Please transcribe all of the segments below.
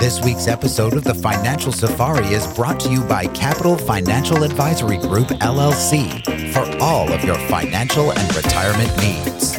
This week's episode of the Financial Safari is brought to you by Capital Financial Advisory Group, LLC, for all of your financial and retirement needs.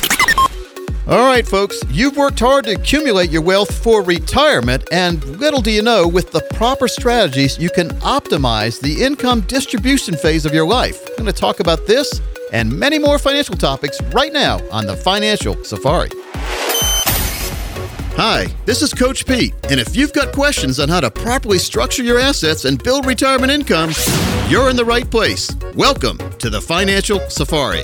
All right, folks, you've worked hard to accumulate your wealth for retirement, and little do you know, with the proper strategies, you can optimize the income distribution phase of your life. I'm going to talk about this and many more financial topics right now on the Financial Safari. Hi, this is Coach Pete, and if you've got questions on how to properly structure your assets and build retirement income, you're in the right place. Welcome to the Financial Safari.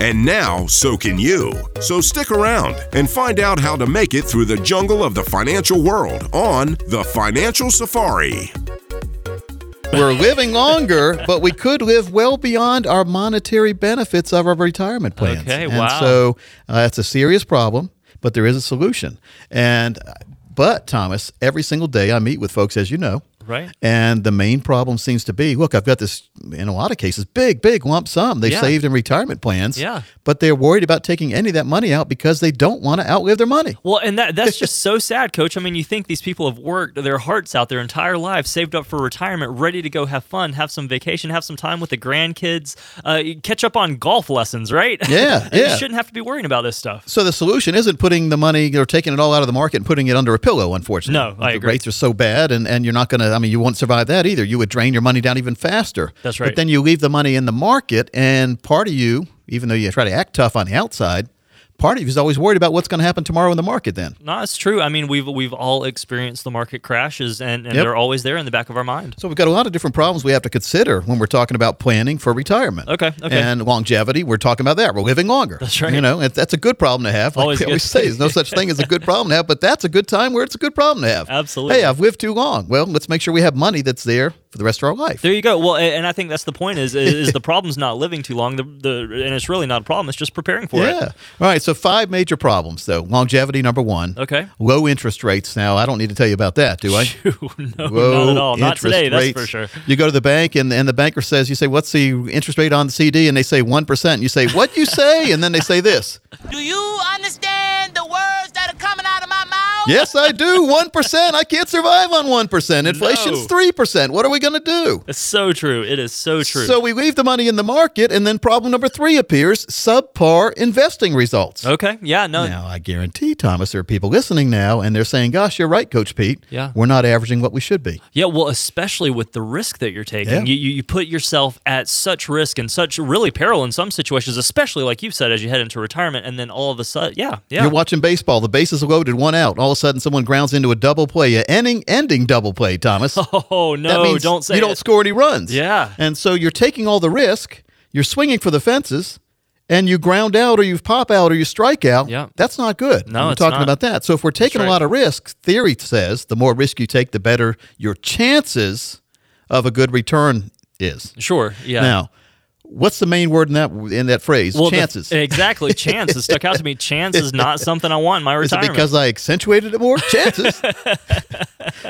and now so can you. So stick around and find out how to make it through the jungle of the financial world on The Financial Safari. We're living longer, but we could live well beyond our monetary benefits of our retirement plans. Okay, and wow. So uh, it's a serious problem, but there is a solution. And uh, but Thomas, every single day I meet with folks, as you know, Right. And the main problem seems to be, look, I've got this in a lot of cases big, big lump sum they Yeah. saved in retirement plans. Yeah. But they're worried about taking any of that money out because they don't want to outlive their money. Well, and that that's just so sad, coach. I mean, you think these people have worked their hearts out their entire lives, saved up for retirement, ready to go have fun, have some vacation, have some time with the grandkids, uh, catch up on golf lessons, right? Yeah, you yeah. shouldn't have to be worrying about this stuff. So the solution isn't putting the money or taking it all out of the market and putting it under a pillow, unfortunately. No, I the agree. Rates are so bad, and, and you're not going to, I mean, you won't survive that either. You would drain your money down even faster. That's But right. then you leave the money in the market, and part of you, even though you try to act tough on the outside, part of you is always worried about what's going to happen tomorrow in the market then. No, it's true. I mean, we've we've all experienced the market crashes, and, and Yep. they're always there in the back of our mind. So we've got a lot of different problems we have to consider when we're talking about planning for retirement. Okay, okay. And longevity, we're talking about that. We're living longer. That's right. You know, and that's a good problem to have. Like Always we good. always say, there's no such thing as a good problem to have, but that's a good time where it's a good problem to have. Absolutely. Hey, I've lived too long. Well, let's make sure we have money that's there for the rest of our life. There you go. Well, a- and I think that's the point is is is the problem's not living too long. The, the and it's really not a problem. It's just preparing for yeah. it. All right. So five major problems, though. Longevity, number one. Okay. Low interest rates. Now, I don't need to tell you about that, do I? no, low not at all. Not interest today. rates. That's for sure. You go to the bank and, and the banker says, you say, what's the interest rate on the CD? And they say 1%. You say, what you say? And then they say this. Do you understand the words that are coming out of my mouth? Yes, I do. 1%. I can't survive on 1%. Inflation's No. 3%. What are we going to do? It's so true. It is so true. So we leave the money in the market, and then problem number three appears subpar investing results. okay. Yeah. No. Now, I guarantee, Thomas, there are people listening now, and they're saying, Gosh, you're right, Coach Pete. Yeah. We're not averaging what we should be. Yeah, well, especially with the risk that you're taking, Yeah. you, you you put yourself at such risk and such really peril in some situations, especially like you've said as you head into retirement, and then all of a sudden, yeah, yeah, You're watching baseball. The bases are loaded, one out. All of a sudden, someone grounds into a double play, a ending ending double play, Thomas. oh no, that means don't say you it. don't score any runs. Yeah. and so you're taking all the risk. You're swinging for the fences, and you ground out, or you pop out, or you strike out. Yeah. that's not good. No, we're it's talking not. about that. So if we're taking right. a lot of risks, theory says the more risk you take, the better your chances of a good return is. Sure, yeah. Now, what's the main word in that in that phrase? well, the- Chances. exactly, chances stuck out to me. Chance is not something I want in my Is it retirement. because I accentuated it more? Chances.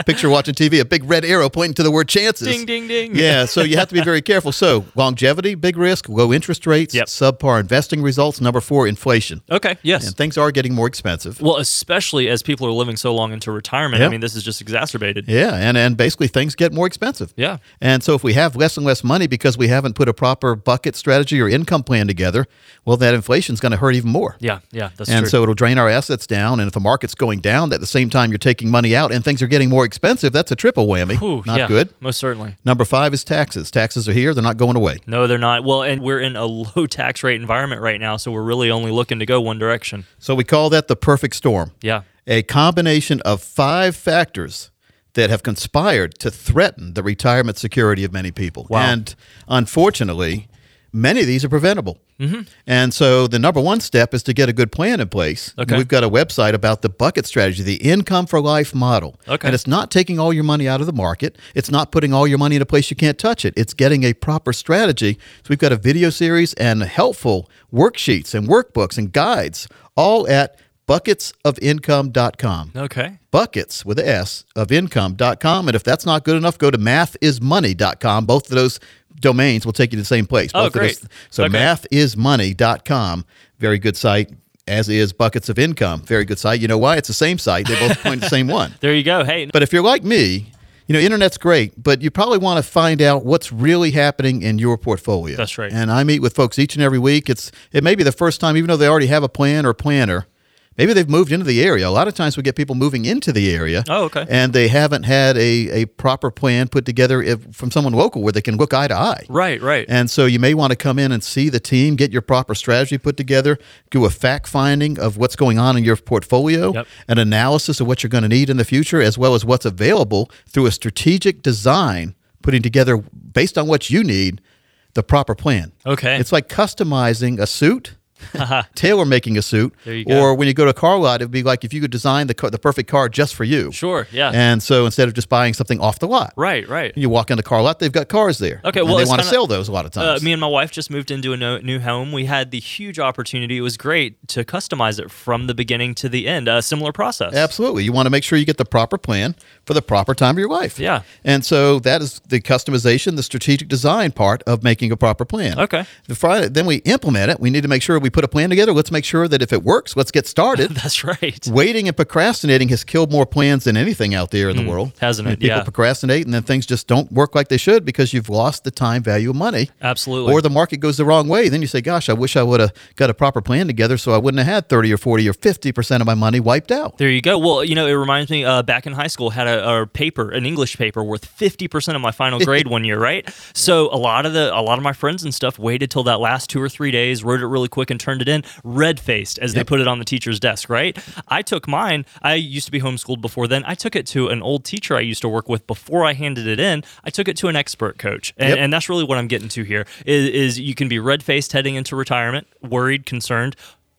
Picture watching TV, a big red arrow pointing to the word chances. Ding, ding, ding. Yeah, so you have to be very careful. So longevity, big risk, low interest rates, Yep. subpar investing results. Number four, inflation. okay, yes. And things are getting more expensive. well, especially as people are living so long into retirement, Yeah. I mean, this is just exacerbated. Yeah, and, and basically things get more expensive. Yeah. And so if we have less and less money because we haven't put a proper bucket strategy or income plan together, well, that inflation's going to hurt even more. Yeah, yeah, that's and true. so it'll drain our assets down. And if the market's going down, at the same time you're taking money out and things are getting more expensive, that's a triple whammy. Whew, Not yeah, good. Most certainly. Number five is taxes. Taxes are here; they're not going away. No, they're not. Well, and we're in a low tax rate environment right now, so we're really only looking to go one direction. So we call that the perfect storm. Yeah. a combination of five factors that have conspired to threaten the retirement security of many people. Wow. And unfortunately, many of these are preventable. Mm-hmm. And so the number one step is to get a good plan in place. And Okay. We've got a website about the bucket strategy, the income for life model. Okay. And it's not taking all your money out of the market. It's not putting all your money in a place you can't touch it. It's getting a proper strategy. So we've got a video series and helpful worksheets and workbooks and guides all at bucketsofincome.com. Okay. Buckets with a S of income.com. And if that's not good enough, go to mathismoney.com. Both of those domains will take you to the same place. Oh, Both of those- great. So Okay. mathismoney.com. Very good site. As is Buckets of Income. Very good site. You know why? It's the same site. They both point to the same one. There you go. Hey, But if you're like me, you know, internet's great, but you probably want to find out what's really happening in your portfolio. That's right. And I meet with folks each and every week. It's it may be the first time, even though they already have a plan or planner, maybe they've moved into the area. A lot of times we get people moving into the area. Oh, okay. And they haven't had a, a proper plan put together if, from someone local where they can look eye to eye. right, right. And so you may want to come in and see the team, get your proper strategy put together, do a fact finding of what's going on in your portfolio, Yep. an analysis of what you're going to need in the future, as well as what's available through a strategic design, putting together based on what you need the proper plan. Okay. It's like customizing a suit. Tailor making a suit, There you go. or when you go to a car lot, it'd be like if you could design the car, the perfect car just for you. Sure, yeah. And so instead of just buying something off the lot, right, right. You walk into a car lot, they've got cars there. Okay, and well, they it's want to kinda- sell those a lot of Uh, times. me and my wife just moved into a no, new home. We had the huge opportunity. It was great to customize it from the beginning to the end. A similar process. Absolutely. You want to make sure you get the proper plan for the proper time of your life. Yeah. And so that is the customization, the strategic design part of making a proper plan. Okay. The Friday, then we implement it. We need to make sure we put a plan together. Let's make sure that if it works, let's get started. That's right. Waiting and procrastinating has killed more plans than anything out there in the world. Mm, hasn't I mean, it? People Yeah. procrastinate and then things just don't work like they should because you've lost the time value of money. Absolutely. Or the market goes the wrong way. Then you say, gosh, I wish I would have got a proper plan together so I wouldn't have had 30 or 40 or 50% of my money wiped out. There you go. Well, you know, it reminds me. Uh, back in high school, had a, a paper, an English paper, worth fifty percent of my final grade one year, right? So a lot of the, a lot of my friends and stuff waited till that last two or three days, wrote it really quick, and turned it in, red faced as they put it on the teacher's desk, right? I took mine. I used to be homeschooled before then. I took it to an old teacher I used to work with before I handed it in. I took it to an expert coach, and, Yep. and that's really what I'm getting to here. Is, is you can be red faced heading into retirement, worried, concerned.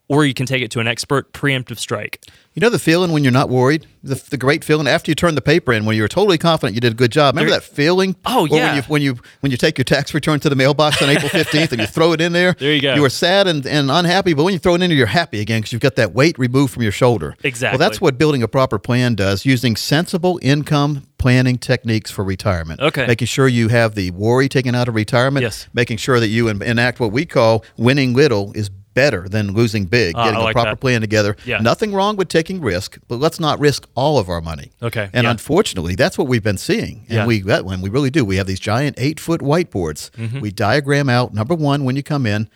Or you can take it to an expert preemptive strike. You know the feeling when you're not worried? The, the great feeling after you turn the paper in when you're totally confident you did a good job. Remember There- that feeling? Oh, Or yeah. When you, when, you, when you take your tax return to the mailbox on April 15th and you throw it in there. There you go. You were sad and, and unhappy, but when you throw it in there, you're happy again because you've got that weight removed from your shoulder. Exactly. Well, that's what building a proper plan does using sensible income planning techniques for retirement. Okay. Making sure you have the worry taken out of retirement. Yes. Making sure that you en- enact what we call winning little is better than losing big, Ah, getting I a like proper that. plan together. Yeah. Nothing wrong with taking risk, but let's not risk all of our money. Okay, And yeah. unfortunately, that's what we've been seeing. And Yeah. we that when we really do. We have these giant eight foot whiteboards. Mm-hmm. We diagram out number one when you come in.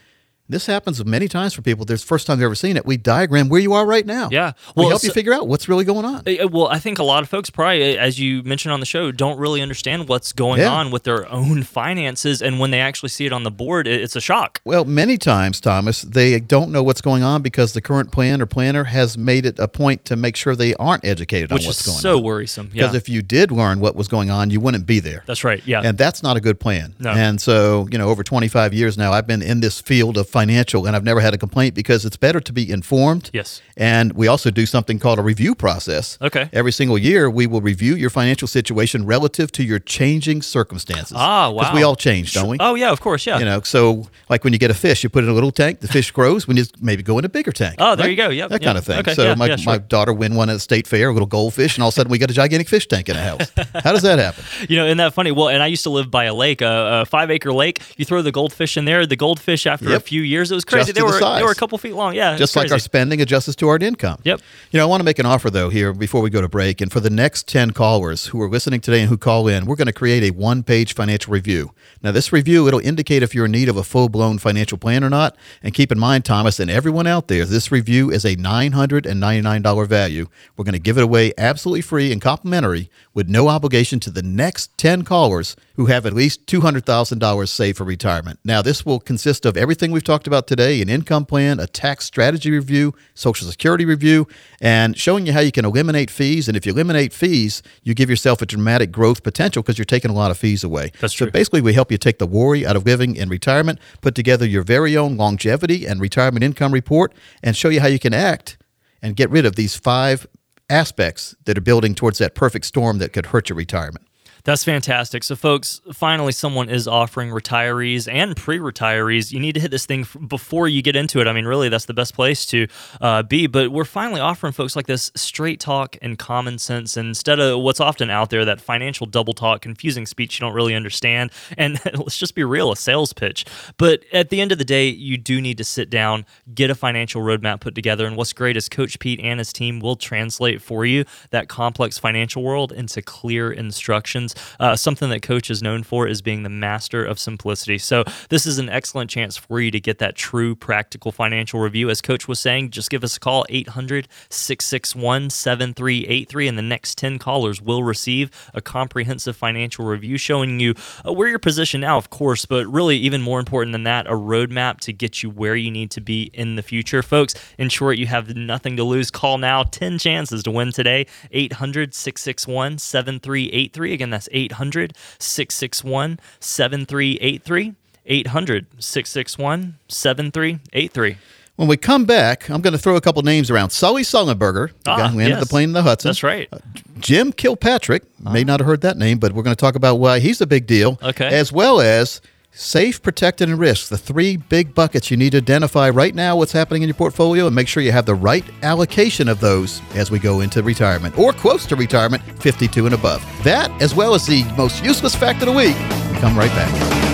This happens many times for people. There's the first time they've ever seen it. We diagram where you are right now. Yeah. we Well, help you so- figure out what's really going on. Uh, Well, I think a lot of folks probably, uh, as you mentioned on the show, don't really understand what's going Yeah. on with their own finances, and when they actually see it on the board, it- it's a shock. Well, many times, Thomas, they don't know what's going on because the current plan or planner has made it a point to make sure they aren't educated on Which is what's going so on. worrisome. Yeah, Because if you did learn what was going on, you wouldn't be there. that's right. Yeah, And that's not a good plan. No. And so, you know, over 25 years now, I've been in this field of financial and I've never had a complaint because it's better to be informed. Yes. And we also do something called a review process. Okay. Every single year, we will review your financial situation relative to your changing circumstances. Ah, 'Cause wow. we all change, don't we? oh yeah, of course, yeah. You know, so like when you get a fish, you put it in a little tank, the fish grows. When you maybe go in a bigger tank. Oh, there you go. Yep, that yep. kind of thing. Okay, so yeah, my, yeah, sure. my daughter win one at a state fair, a little goldfish, and all of a sudden we got a gigantic fish tank in the house. How does that happen? You know, isn't that funny? Well, and I used to live by a lake, a, a five acre lake. You throw the goldfish in there. The goldfish, after a Yep. few years. It was crazy. Just they to the were size. they were a couple feet long. Yeah, it's just like our crazy. spending adjusts to our income. Yep. You know, I want to make an offer though here before we go to break, and for the next ten callers who are listening today and who call in, we're going to create a one-page financial review. Now, this review it'll indicate if you're in need of a full-blown financial plan or not. And keep in mind, Thomas and everyone out there, this review is a nine hundred and ninety-nine dollar value. We're going to give it away absolutely free and complimentary, with no obligation to the next ten callers who have at least two hundred thousand dollars saved for retirement. Now, this will consist of everything we've talked about today: an income plan, a tax strategy review, social security review, and showing you how you can eliminate fees. And if you eliminate fees, you give yourself a dramatic growth potential because you're taking a lot of fees away. That's so true. basically, we help you take the worry out of living in retirement, put together your very own longevity and retirement income report, and show you how you can act and get rid of these five aspects that are building towards that perfect storm that could hurt your retirement. That's fantastic. So, folks, finally, someone is offering retirees and pre retirees. You need to hit this thing f- before you get into it. I mean, really, that's the best place to uh, be. But we're finally offering folks like this straight talk and common sense instead of what's often out there that financial double talk, confusing speech you don't really understand. And let's just be real a sales pitch. But at the end of the day, you do need to sit down, get a financial roadmap put together. And what's great is Coach Pete and his team will translate for you that complex financial world into clear instructions. Uh, something that Coach is known for is being the master of simplicity. So, this is an excellent chance for you to get that true practical financial review. As Coach was saying, just give us a call 800 661 7383, and the next 10 callers will receive a comprehensive financial review showing you uh, where your position now, of course, but really, even more important than that, a roadmap to get you where you need to be in the future. Folks, in short, you have nothing to lose. Call now 10 chances to win today. 800 661 7383. Again, that's 800 661 7383. 800 661 7383. When we come back, I'm going to throw a couple names around. Sully Sullenberger, the guy Ah, who landed yes. the plane in the Hudson. That's right. Jim Kilpatrick, may not have heard that name, but we're going to talk about why he's a big deal. Okay. As well as safe, protected, and risk, the three big buckets you need to identify right now what's happening in your portfolio and make sure you have the right allocation of those as we go into retirement or close to retirement, 52 and above. That, as well as the most useless fact of the week, come right back.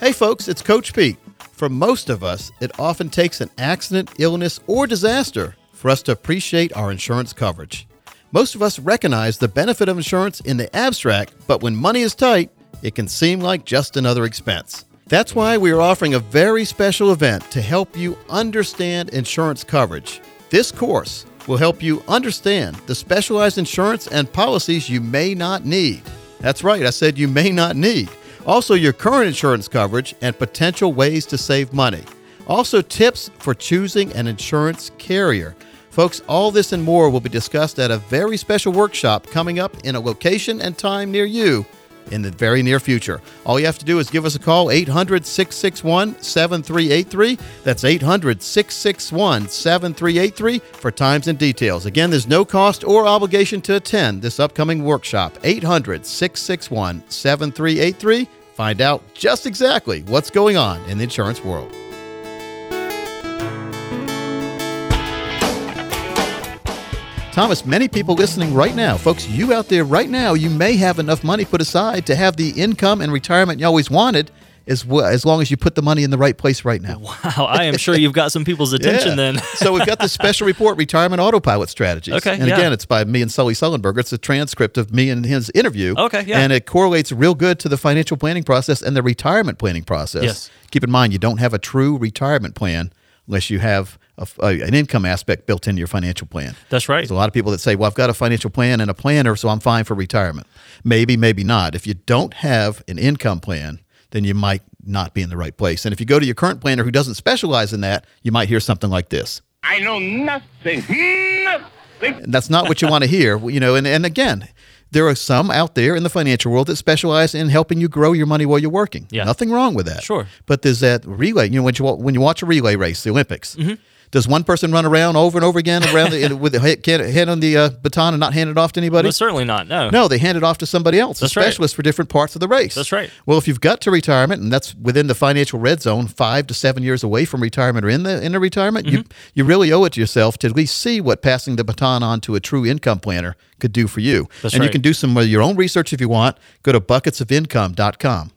Hey, folks, it's Coach Pete. For most of us, it often takes an accident, illness, or disaster for us to appreciate our insurance coverage. Most of us recognize the benefit of insurance in the abstract, but when money is tight, it can seem like just another expense. That's why we are offering a very special event to help you understand insurance coverage. This course will help you understand the specialized insurance and policies you may not need. That's right, I said you may not need. Also, your current insurance coverage and potential ways to save money. Also, tips for choosing an insurance carrier. Folks, all this and more will be discussed at a very special workshop coming up in a location and time near you in the very near future. All you have to do is give us a call, 800 661 7383. That's 800 661 7383 for times and details. Again, there's no cost or obligation to attend this upcoming workshop, 800 661 7383. Find out just exactly what's going on in the insurance world. Thomas, many people listening right now, folks, you out there right now, you may have enough money put aside to have the income and retirement you always wanted as, well, as long as you put the money in the right place right now. Wow, I am sure you've got some people's attention Yeah. then. so we've got the special report, Retirement Autopilot Strategies. Okay, And yeah. again, it's by me and Sully Sullenberger. It's a transcript of me and his interview. Okay, yeah. And it correlates real good to the financial planning process and the retirement planning process. Yes. Keep in mind, you don't have a true retirement plan unless you have a f a an income aspect built into your financial plan. That's right. There's a lot of people that say, well, I've got a financial plan and a planner, so I'm fine for retirement. Maybe, maybe not. If you don't have an income plan, then you might not be in the right place. And if you go to your current planner who doesn't specialize in that, you might hear something like this. I know nothing. Nothing. And that's not what you want to hear, you know. And, and again, there are some out there in the financial world that specialize in helping you grow your money while you're working. Yeah. Nothing wrong with that. Sure. Mm-hmm. But there's that relay. You know, when you wa- when you watch a relay race, the Olympics, Does one person run around over and over again around the, with the head, head on the uh, baton and not hand it off to anybody? No, certainly not. No. No, they hand it off to somebody else, That's a right. specialist for different parts of the race. That's right. Well, if you've got to retirement, and that's within the financial red zone, five to seven years away from retirement or in the in the retirement, you Mm-hmm. you really owe it to yourself to at least see what passing the baton on to a true income planner could do for you. That's and you right. can do some of your own research if you want. Go to bucketsofincome.com,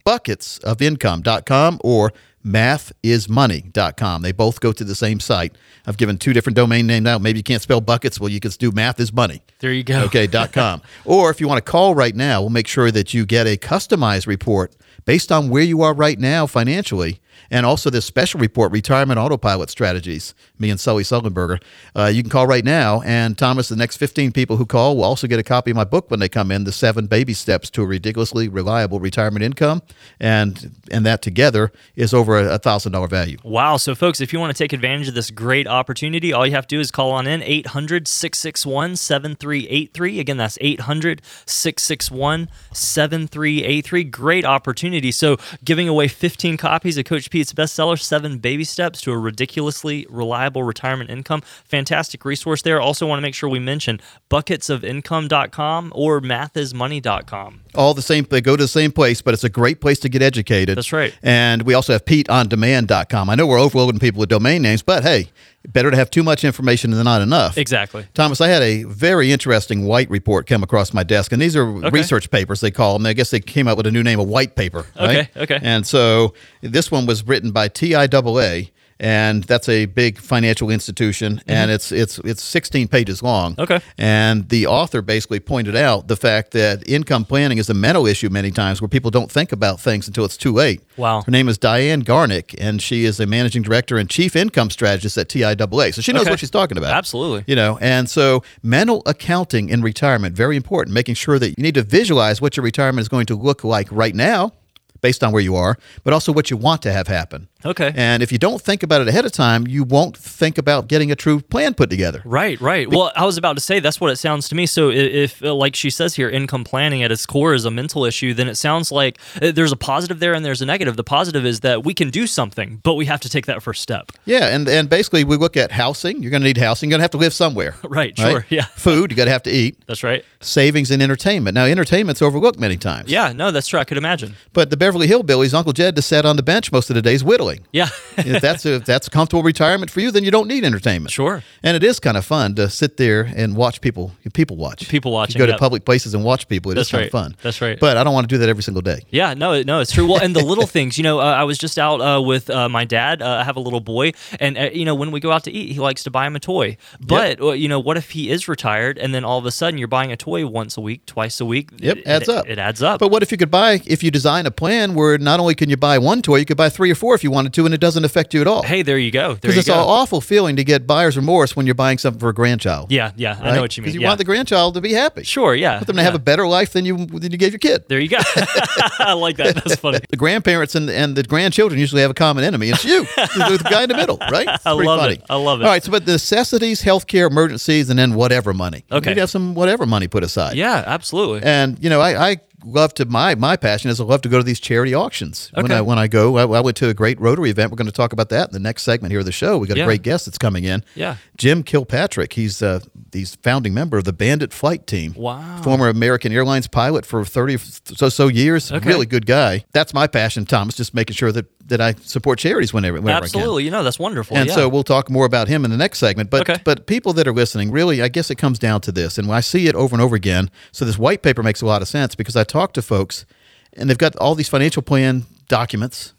bucketsofincome.com, or mathismoney.com. They both go to the same site. I've given two different domain names out. Maybe you can't spell buckets. Well, you can do math is money. There you go. Okay, dot com. or if you want to call right now, we'll make sure that you get a customized report based on where you are right now financially, and also this special report, retirement autopilot strategies. Me and Sully Sullenberger. Uh, you can call right now, and Thomas, the next fifteen people who call will also get a copy of my book when they come in, The Seven Baby Steps to a Ridiculously Reliable Retirement Income, and and that together is over a thousand dollar value. Wow. So, folks, if you want to take advantage of this great opportunity, all you have to do is call on in 800 661 7383. Again, that's 800 661 7383. Great opportunity. So, giving away 15 copies of Coach Pete's bestseller, Seven Baby Steps to a Ridiculously Reliable Retirement Income. Fantastic resource there. Also, want to make sure we mention bucketsofincome.com or mathismoney.com. all the same they go to the same place but it's a great place to get educated That's right. and we also have peteondemand.com i know we're overloading people with domain names but hey better to have too much information than not enough Exactly. Thomas, I had a very interesting white report come across my desk, and these are research papers they call them. I guess they came up with a new name, a white paper. Right? Okay, okay. And so this one was written by TIAA, and that's a big financial institution, and it's it's it's 16 pages long. Mm-hmm. Okay. And the author basically pointed out the fact that income planning is a mental issue many times where people don't think about things until it's too late. Wow. Her name is Diane Garnick, and she is a managing director and chief income strategist at TIAA. So she knows Okay. what she's talking about. Absolutely. You know, and so mental accounting in retirement, very important, making sure that you need to visualize what your retirement is going to look like right now based on where you are, but also what you want to have happen. Okay. And if you don't think about it ahead of time, you won't think about getting a true plan put together. Right, right. Well, I was about to say that's what it sounds to me. So, i- if, uh like she says here, income planning at its core is a mental issue, then it sounds like uh, there's a positive there and there's a negative. The positive is that we can do something, but we have to take that first step. Yeah, and and basically we look at housing, you're going to need housing, you're going to have to live somewhere. Right, sure, yeah. Food, you got to have to eat. That's right. Savings and entertainment. Now, entertainment's overlooked many times. Yeah, no, that's true. I could imagine. But the Beverly Hillbillies, Uncle Jed just sat on the bench most of the days whittling. Yeah. if that's a, if that's a comfortable retirement for you, then you don't need entertainment. Sure. And it is kind of fun to sit there and watch people people watch. People You watching, go to yep. public places and watch people. It is That's kind right. of fun. That's right. But I don't want to do that every single day. Yeah, no, no, it's true. Well, and the little things, you know, uh, I was just out uh, with uh, my dad. Uh, I have a little boy, and uh, you know, when we go out to eat, he likes to buy him a toy. But well, you know, what if he is retired, and then all of a sudden you're buying a toy once a week, twice a week? Yep, It- adds it, up. It adds up. But what if you could buy if you design a plan where not only can you buy one toy, you could buy three or four if you wanted to, and it doesn't affect you at all. hey, there you go. There because you it's go. an awful feeling to get buyer's remorse when you're buying something for a grandchild. yeah, yeah, I know what you mean. Because you yeah. want the grandchild to be happy. sure, yeah, Want them to have a better life than you than you gave your kid. There you go. I like that. That's funny. the grandparents and and the grandchildren usually have a common enemy. It's you, the, the guy in the middle, right? It's I pretty love it. I love it. All right, so but necessities, healthcare, emergencies, and then whatever money. Okay. you need to have some whatever money put aside. Yeah, absolutely. and you know I. I Love to my my passion is I love to go to these charity auctions. When Okay. I when I go, I, I went to a great Rotary event. We're going to talk about that in the next segment here of the show. We got Yeah. a great guest that's coming in. Yeah. Jim Kilpatrick. He's uh, he's founding member of the Bandit Flight Team. Wow. Former American Airlines pilot for thirty f- so so years. Okay. Really good guy. That's my passion, Thomas. Just making sure that that I support charities whenever whenever I can. absolutely. You know, that's wonderful. And yeah. so we'll talk more about him in the next segment. But Okay. but people that are listening, really, I guess it comes down to this, and I see it over and over again. So this white paper makes a lot of sense because I talk to folks, and they've got all these financial plan documents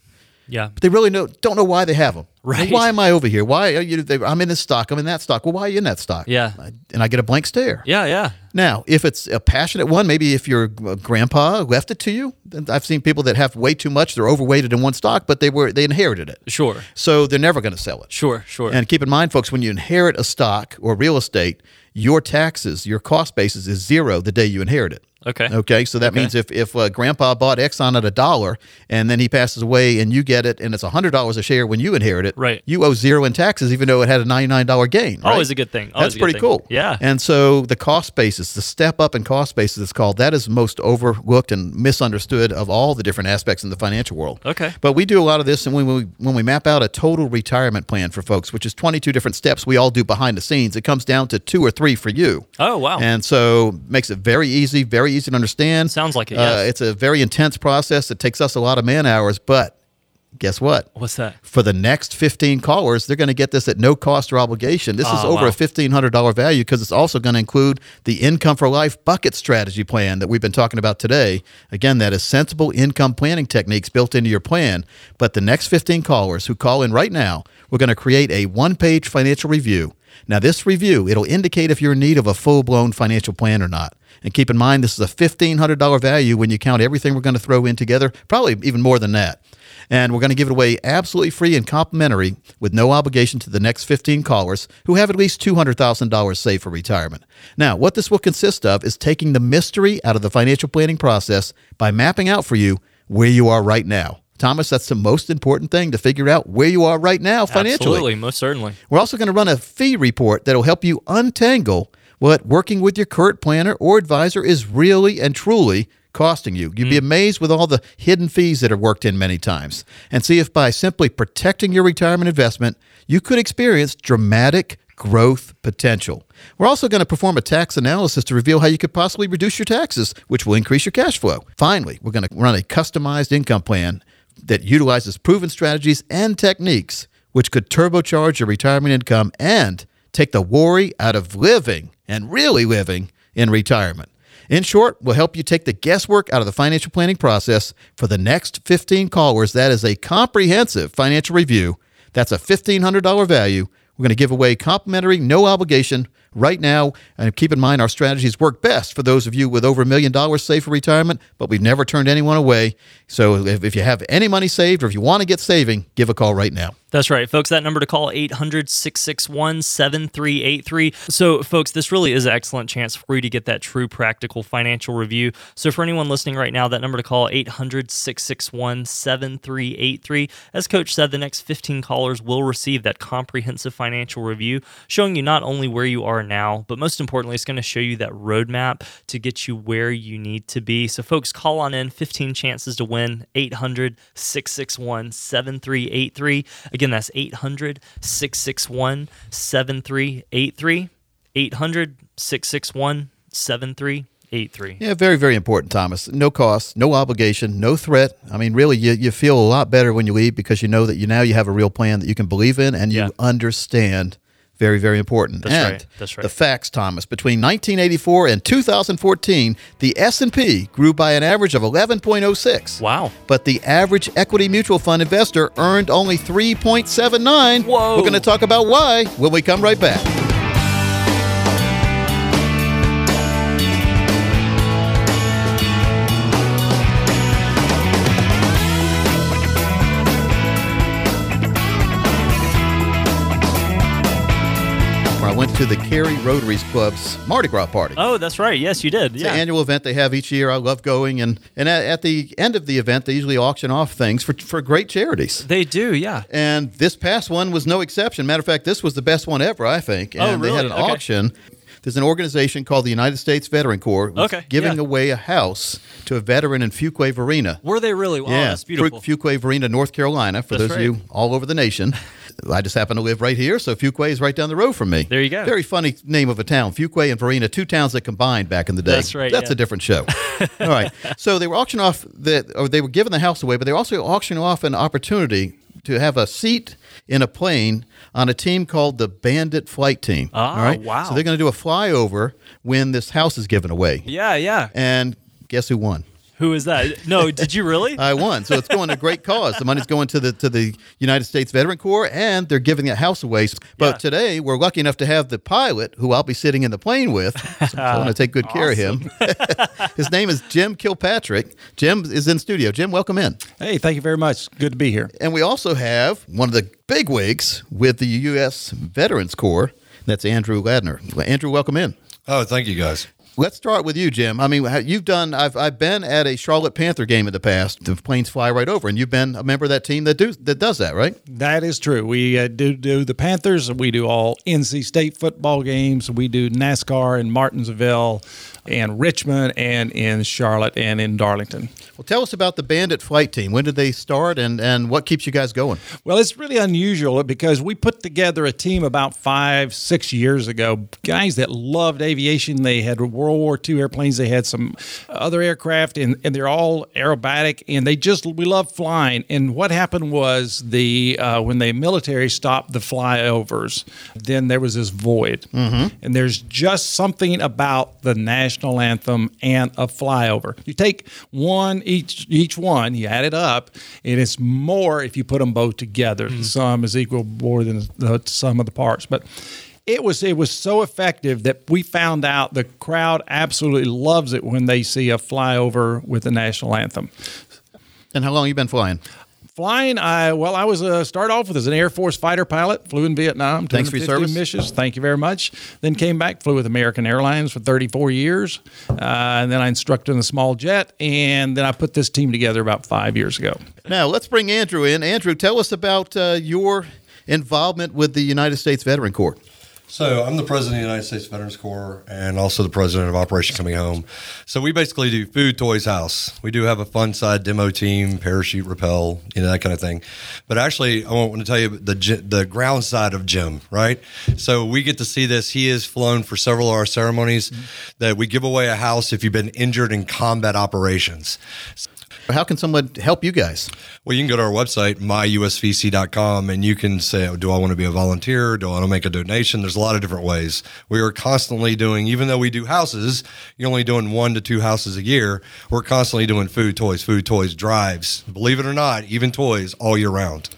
yeah. but they really know, don't know why they have them. Right. Why am I over here? Why are you? They, I'm in this stock. I'm in that stock. Well, why are you in that stock? Yeah. I- and I get a blank stare. Yeah, yeah. Now, if it's a passionate one, maybe if your uh, grandpa left it to you, then I've seen people that have way too much. They're overweighted in one stock, but they were they inherited it, Sure. so they're never going to sell it. Sure, sure. And keep in mind, folks, when you inherit a stock or real estate, your taxes, your cost basis is zero the day you inherit it. Okay. Okay, so that means if if uh, Grandpa bought Exxon at a dollar and then he passes away and you get it and it's hundred dollars a share when you inherit it, Right. Oh, You owe zero in taxes, even though it had a ninety nine dollar gain. right? Always a good thing. Always That's a good pretty thing. cool. Yeah. And so the cost basis, the step up in cost basis, it's called. That is most overlooked and misunderstood of all the different aspects in the financial world. Okay. But we do a lot of this, and when we when we map out a total retirement plan for folks, which is twenty two different steps we all do behind the scenes, it comes down to two or three for you. oh wow. And so makes it very easy, very easy to understand. Sounds like it, Uh, yes. it's a very intense process. It takes us a lot of man hours, but guess what? What's that? For the next 15 callers, they're going to get this at no cost or obligation. This is Oh, over wow. a $1,500 value because it's also going to include the Income for Life bucket strategy plan that we've been talking about today. Again, that is sensible income planning techniques built into your plan. But the next 15 callers who call in right now, we're going to create a one page financial review. Now, this review, it'll indicate if you're in need of a full blown financial plan or not. And keep in mind, this is a $1,500 value when you count everything we're going to throw in together, probably even more than that. And we're going to give it away absolutely free and complimentary with no obligation to the next 15 callers who have at least $200,000 saved for retirement. Now, what this will consist of is taking the mystery out of the financial planning process by mapping out for you where you are right now. Thomas, that's the most important thing to figure out where you are right now financially. Absolutely, most certainly. We're also going to run a fee report that'll help you untangle what working with your current planner or advisor is really and truly costing you. You'd be amazed with all the hidden fees that are worked in many times and see if by simply protecting your retirement investment, you could experience dramatic growth potential. We're also going to perform a tax analysis to reveal how you could possibly reduce your taxes, which will increase your cash flow. Finally, we're going to run a customized income plan that utilizes proven strategies and techniques which could turbocharge your retirement income and take the worry out of living and really living in retirement. In short, we'll help you take the guesswork out of the financial planning process for the next 15 callers. That is a comprehensive financial review. That's a $1,500 value. We're going to give away complimentary, no obligation right now. And keep in mind, our strategies work best for those of you with over a million dollars saved for retirement, but we've never turned anyone away. So if, if you have any money saved or if you want to get saving, give a call right now. That's right, folks. That number to call 800-661-7383. So, folks, this really is an excellent chance for you to get that true practical financial review. So, for anyone listening right now, that number to call 800-661-7383. As coach said, the next 15 callers will receive that comprehensive financial review showing you not only where you are now, but most importantly, it's going to show you that roadmap to get you where you need to be. So, folks, call on in 15 chances to win 800 661 7383. Again, that's 800 661 7383. 800 661 7383. Yeah, very, very important, Thomas. No cost, no obligation, no threat. I mean, really, you, you feel a lot better when you leave because you know that you now you have a real plan that you can believe in and Yeah. you understand. Very, very important. That's and right. That's right. The facts, Thomas. Between 1984 and 2014, the S&P grew by an average of 11.06. Wow. But the average equity mutual fund investor earned only 3.79. Whoa. We're going to talk about why when we come right back. Where I went to the Cary Rotaries Club's Mardi Gras party. Oh, that's right. Yes, you did. It's Yeah. an annual event they have each year. I love going, and and at, at the end of the event, they usually auction off things for for great charities. They do. Yeah. And this past one was no exception. Matter of fact, this was the best one ever, I think. And Oh, they had really? an Okay. auction. There's an organization called the United States Veteran Corps was Okay, giving yeah. away a house to a veteran in Fuquay Arena. Were they really? Wow, Oh, that's Fu- beautiful. Fuquay Arena, North Carolina, for That's those of you all over the nation. I just happen to live right here, so Fuquay is right down the road from me. There you go. Very funny name of a town, Fuquay and Verena, two towns that combined back in the day. That's right, That's yeah. a different show. all right. So they were auctioning off the, or they were giving the house away, but they were also auctioning off an opportunity to have a seat in a plane on a team called the Bandit Flight Team. Ah, all right. wow. So they're going to do a flyover when this house is given away. yeah, yeah. And guess who won? Who is that? No, did you really? I won. Uh, So it's going to great cause. The money's going to the to the United States Veteran Corps, and they're giving that house away. But Yeah. today we're lucky enough to have the pilot, who I'll be sitting in the plane with. So I'm going to take good care of him. His name is Jim Kilpatrick. Jim is in studio. Jim, welcome in. Hey, thank you very much. Good to be here. And we also have one of the big wigs with the U.S. Veterans Corps. That's Andrew Ladner. Andrew, welcome in. Oh, thank you guys. Let's start with you, Jim. I mean, how- you've done. I've I've been at a Charlotte Panther game in the past. The planes fly right over, and you've been a member of that team that do that does that, right? That is true. We uh, do do the Panthers. We do all NC State football games. We do NASCAR in Martinsville, and Richmond, and in Charlotte, and in Darlington. Well, tell us about the Bandit Flight Team. When did they start, and and what keeps you guys going? Well, it's really unusual because we put together a team about five, six years ago. Guys that loved aviation. They had World War II airplanes. They had some other aircraft, and, and they're all aerobatic. And they just we love flying. And what happened was the uh, when the military stopped the flyovers, then there was this void. And there's just something about the national anthem and a flyover. You take one each each one, you add it up, and it's more if you put them both together. The sum is equal more than the sum of the parts. But it was it was so effective that we found out the crowd absolutely loves it when they see a flyover with the national anthem. And how long you been flying? Flying, I well, I was uh, started off with as an Air Force fighter pilot. Flew in Vietnam. Thanks for your 250 service. Missions. Thank you very much. Then came back, flew with American Airlines for 34 years, uh, and then I instructed in a small jet, and then I put this team together about five years ago. Now let's bring Andrew in. Andrew, tell us about uh, your involvement with the United States Veteran Corps. So I'm the president of the United States Veterans Corps and also the president of Operation Coming Home. So we basically do food, toys, house. We do have a fun side demo team, parachute rappel, you know that kind of thing. But actually, I want to tell you the gy- the ground side of Jim, right? So we get to see this. He has flown for several of our ceremonies that we give away a house if you've been injured in combat operations. How can someone help you guys? Well, you can go to our website, myusvc.com, and you can say, "Oh, Do I want to be a volunteer? Do I want to make a donation? There's a lot of different ways. We are constantly doing, even though we do houses, you're only doing one to two houses a year. We're constantly doing food, toys, food, toys, drives. Believe it or not, even toys all year round.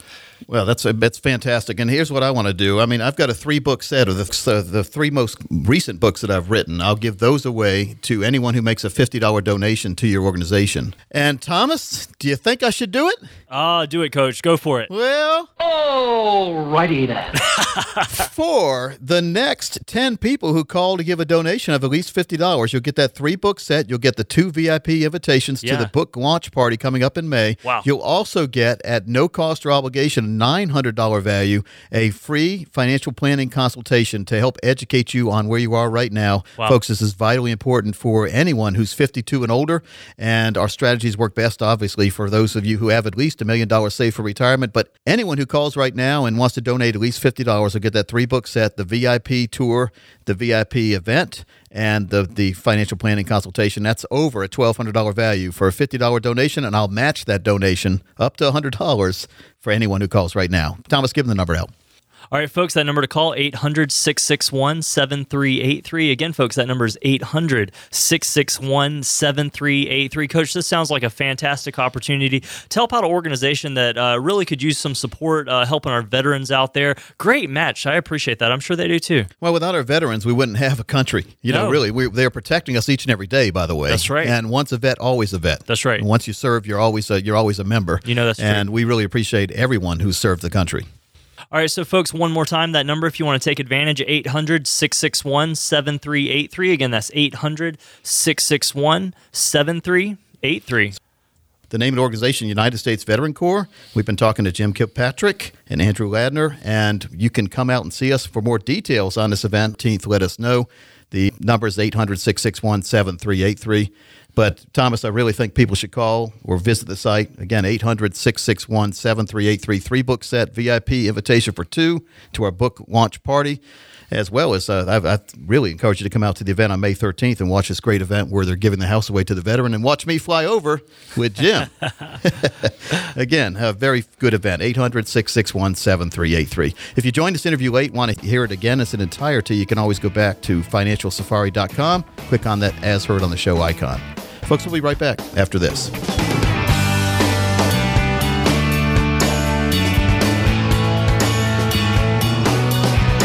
Well, that's that's fantastic. And here's what I want to do. I mean, I've got a three book set of the so the three most recent books that I've written. I'll give those away to anyone who makes a fifty dollar donation to your organization. And Thomas, do you think I should do it? Ah, do it, coach. Go for it. Well, Alrighty then. for the next 10 people who call to give a donation of at least $50, you'll get that three book set. You'll get the two VIP invitations Yeah. to the book launch party coming up in May. Wow. You'll also get, at no cost or obligation, $900 value, a free financial planning consultation to help educate you on where you are right now. Wow. Folks, this is vitally important for anyone who's 52 and older. And our strategies work best, obviously, for those of you who have at least a million dollars saved for retirement. But anyone who calls right now and wants to donate at least $50 will get that three book set the VIP tour, the VIP event, and the, the financial planning consultation. That's over a $1,200 value for a $50 donation. And I'll match that donation up to $100 for anyone who calls right now. Thomas, give them the number out. All right, folks, that number to call 800 661 7383. Again, folks, that number is 800 661 7383. Coach, this sounds like a fantastic opportunity to help out an organization that uh, really could use some support, uh, helping our veterans out there. Great match. I appreciate that. I'm sure they do too. Well, without our veterans, we wouldn't have a country. You know, No. really, we, they're protecting us each and every day. By the way, That's right. And once a vet, always a vet. That's right. And once you serve, you're always a, you're always a member. You know that's true. And we really appreciate everyone who served the country. All right, so folks, one more time that number if you want to take advantage 800 661 7383. Again, that's 800 661 7383. The name of the organization, United States Veteran Corps. We've been talking to Jim Kilpatrick and Andrew Ladner, and you can come out and see us for more details on this event. 10th, let us know. The number is 800 661 7383. But Thomas, I really think people should call or visit the site. Again, 800 661 7383. Three book set, VIP invitation for two to our book launch party, as well as uh, I've, I really encourage you to come out to the event on May 13th and watch this great event where they're giving the house away to the veteran and watch me fly over with Jim. Again, a very good event, 800 661 7383. If you joined this interview late, want to hear it again as an entirety, you can always go back to financialsafari.com, click on that as heard on the show icon. Folks, we'll be right back after this. Can you fly this plane and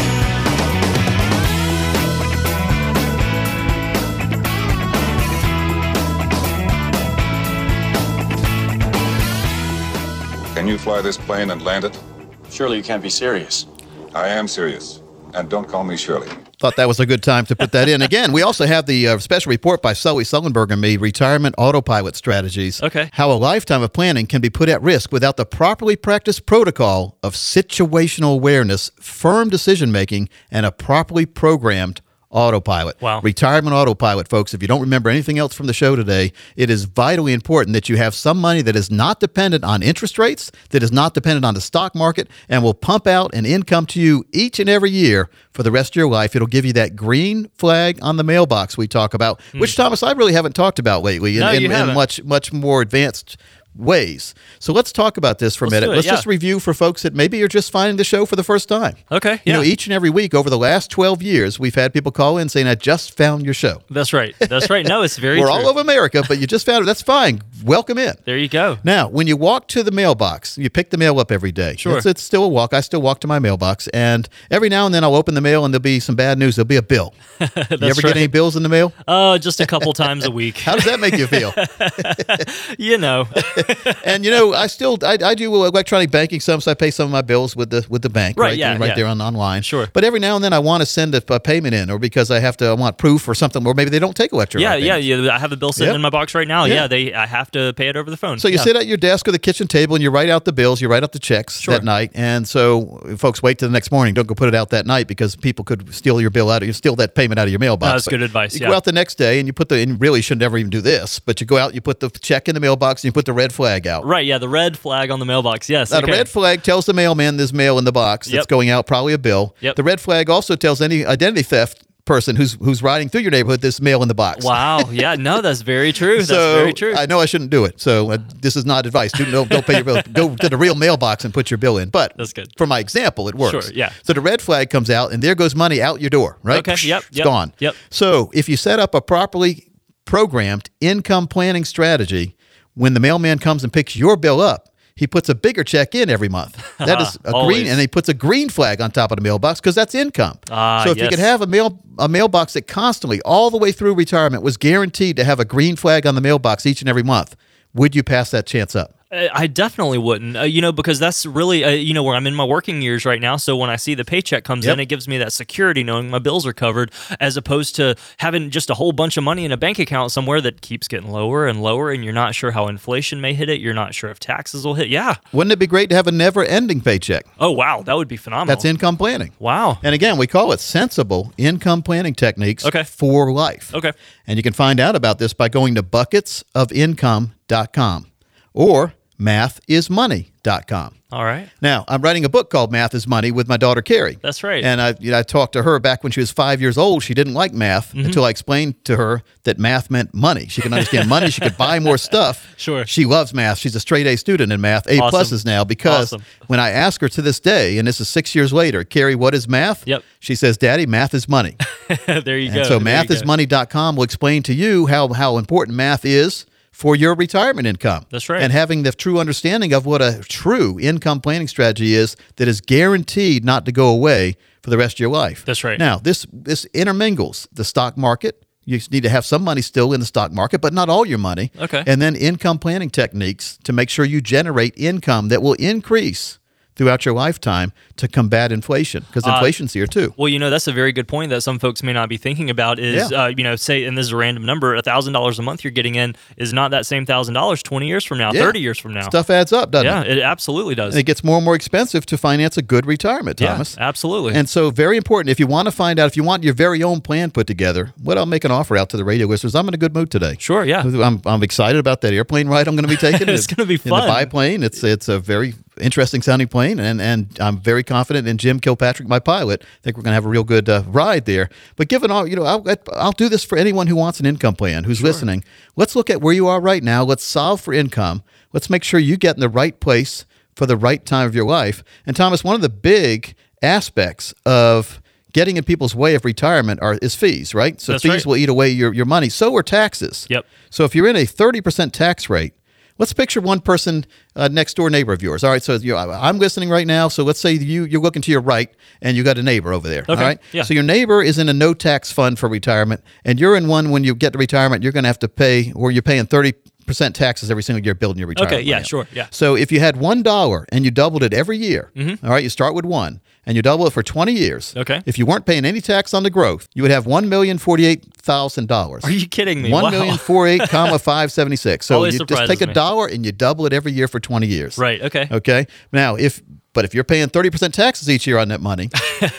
land it? Surely you can't be serious. I am serious. and don't call me Shirley. Thought that was a good time to put that in. Again, we also have the uh, special report by Sully Sullenberg and me Retirement Autopilot Strategies. Okay. How a lifetime of planning can be put at risk without the properly practiced protocol of situational awareness, firm decision making, and a properly programmed autopilot. Wow. Retirement autopilot, folks. If you don't remember anything else from the show today, it is vitally important that you have some money that is not dependent on interest rates, that is not dependent on the stock market, and will pump out an income to you each and every year for the rest of your life. It'll give you that green flag on the mailbox we talk about, which Thomas I really haven't talked about lately in, Hmm. No, in- you in haven't. much much more advanced ways. So let's talk about this for a Let's minute. do it, let's yeah. just review for folks that maybe you're just finding the show for the first time. Okay, You know, e- yeah. each and every week over the last 12 years, we've had people call in saying, I just found your show. That's right. That's right. No, it's very We're true. all over America, but you just found it. That's fine. Welcome in. There you go. Now, when you walk to the mailbox, you pick the mail up every day. Sure. It's, it's still a walk. I still walk to my mailbox. And every now and then I'll open the mail and there'll be some bad news. There'll be a bill. you ever get right. any bills in the mail? Oh, just a couple times a week. How does that make you feel? you know. and you know, I still I, I do electronic banking some, so I pay some of my bills with the with the bank, Right, right, yeah, right yeah. there on online. Sure. But every now and then, I want to send a, a payment in, or because I have to, I want proof or something, or maybe they don't take electronic. Yeah, yeah, payments. yeah. I have a bill sitting Yep. in my box right now. Yeah. Yeah. they. I have to pay it over the phone. So you yeah. sit at your desk or the kitchen table and you write out the bills, you write out the checks Sure. that night, and so folks wait till the next morning. Don't go put it out that night because people could steal your bill out of you steal that payment out of your mailbox. that's But good advice, You yeah. go out the next day and you put the and you really should never even do this, but you go out, you put the check in the mailbox, and you put the red flag out. Right. Yeah. The red flag on the mailbox. Yes. Now, okay. the red flag tells the mailman there's mail in the box that's Yep. going out, probably a bill. Yep. The red flag also tells any identity theft person who's who's riding through your neighborhood there's mail in the box. Wow. Yeah. No, that's very true. That's So very true. I know I shouldn't do it. So uh, this is not advice. Do, no, don't pay your bill. Go to the real mailbox and put your bill in. But That's good. for my example, it works. Sure, yeah. So the red flag comes out, and there goes money out your door. Right. Okay, yep, It's yep, gone. yep. So if you set up a properly programmed income planning strategy, when the mailman comes and picks your bill up, he puts a bigger check in every month. That is a green, Always. and he puts a green flag on top of the mailbox because that's income. Ah, so if you yes. could have a mail a mailbox that constantly, all the way through retirement, was guaranteed to have a green flag on the mailbox each and every month, would you pass that chance up? Uh, I definitely wouldn't, uh, you know, because that's really, uh, you know, where I'm in my working years right now. So when I see the paycheck comes Yep. in, it gives me that security knowing my bills are covered, as opposed to having just a whole bunch of money in a bank account somewhere that keeps getting lower and lower, and you're not sure how inflation may hit it. You're not sure if taxes will hit. Yeah. Wouldn't it be great to have a never-ending paycheck? Oh wow, that would be phenomenal. That's income planning. Wow. And again, we call it sensible income planning techniques Okay. for life. Okay. And you can find out about this by going to bucketsofincome.com or mathismoney.com. All right. Now, I'm writing a book called Math is Money with my daughter Carrie. That's right. And I, you know, I talked to her back when she was five years old. She didn't like math Mm-hmm. until I explained to her that math meant money. She can understand money. She could buy more stuff. Sure. She loves math. She's a straight A student in math, A Awesome. pluses now, because Awesome. when I ask her to this day, and this is six years later, Carrie, what is math? Yep. She says, Daddy, math is money. there you go. And so There you go. mathismoney.com will explain to you how, how important math is for your retirement income. That's right. And having the true understanding of what a true income planning strategy is that is guaranteed not to go away for the rest of your life. That's right. Now, this this intermingles the stock market. You need to have some money still in the stock market, but not all your money. Okay. And then income planning techniques to make sure you generate income that will increase throughout your lifetime to combat inflation because Uh, inflation's here too. Well, you know, that's a very good point that some folks may not be thinking about is, Yeah. uh, you know, say, and this is a random number, $1,000 a month you're getting in is not that same $1,000 20 years from now, Yeah. 30 years from now. Stuff adds up, doesn't it? yeah, it absolutely does. And it gets more and more expensive to finance a good retirement, yeah, Thomas. absolutely. And so, very important. If you want to find out, if you want your very own plan put together, what I'll make an offer out to the radio listeners. I'm in a good mood today. sure, yeah. I'm, I'm excited about that airplane ride I'm going to be taking. It's gonna be In the fun. biplane, it's it's a very interesting sounding plane, and and I'm very confident in Jim Kilpatrick, my pilot. I think we're going to have a real good uh, ride there. But given all, you know, I'll I'll do this for anyone who wants an income plan who's listening. Let's look at where you are right now. Let's solve for income. Let's make sure you get in the right place for the right time of your life. And Thomas, one of the big aspects of getting in people's way of retirement are is fees, right? So That's fees right. will eat away your, your money. So are taxes. Yep. So if you're in a 30% tax rate, let's picture one person, uh, next door neighbor of yours. All right. So you I- I'm listening right now. So let's say you, you're looking to your right and you got a neighbor over there. All Okay, right. yeah. So your neighbor is in a no tax fund for retirement and you're in one when you get to retirement, you're going to have to pay or you're paying 30% taxes every single year building your retirement. Okay, yeah, plan. sure, yeah. So if you had one dollar and you doubled it every year, all right, you start with one, and you double it for 20 years. Mm-hmm. Okay. If you weren't paying any tax on the growth, you would have $1,048,000. Are you kidding me? One million four eight comma five seventy six. So Always you just surprises take a me. dollar and you double it every year for twenty years. Right, okay. Okay. Now, if but if you're paying thirty percent taxes each year on that money,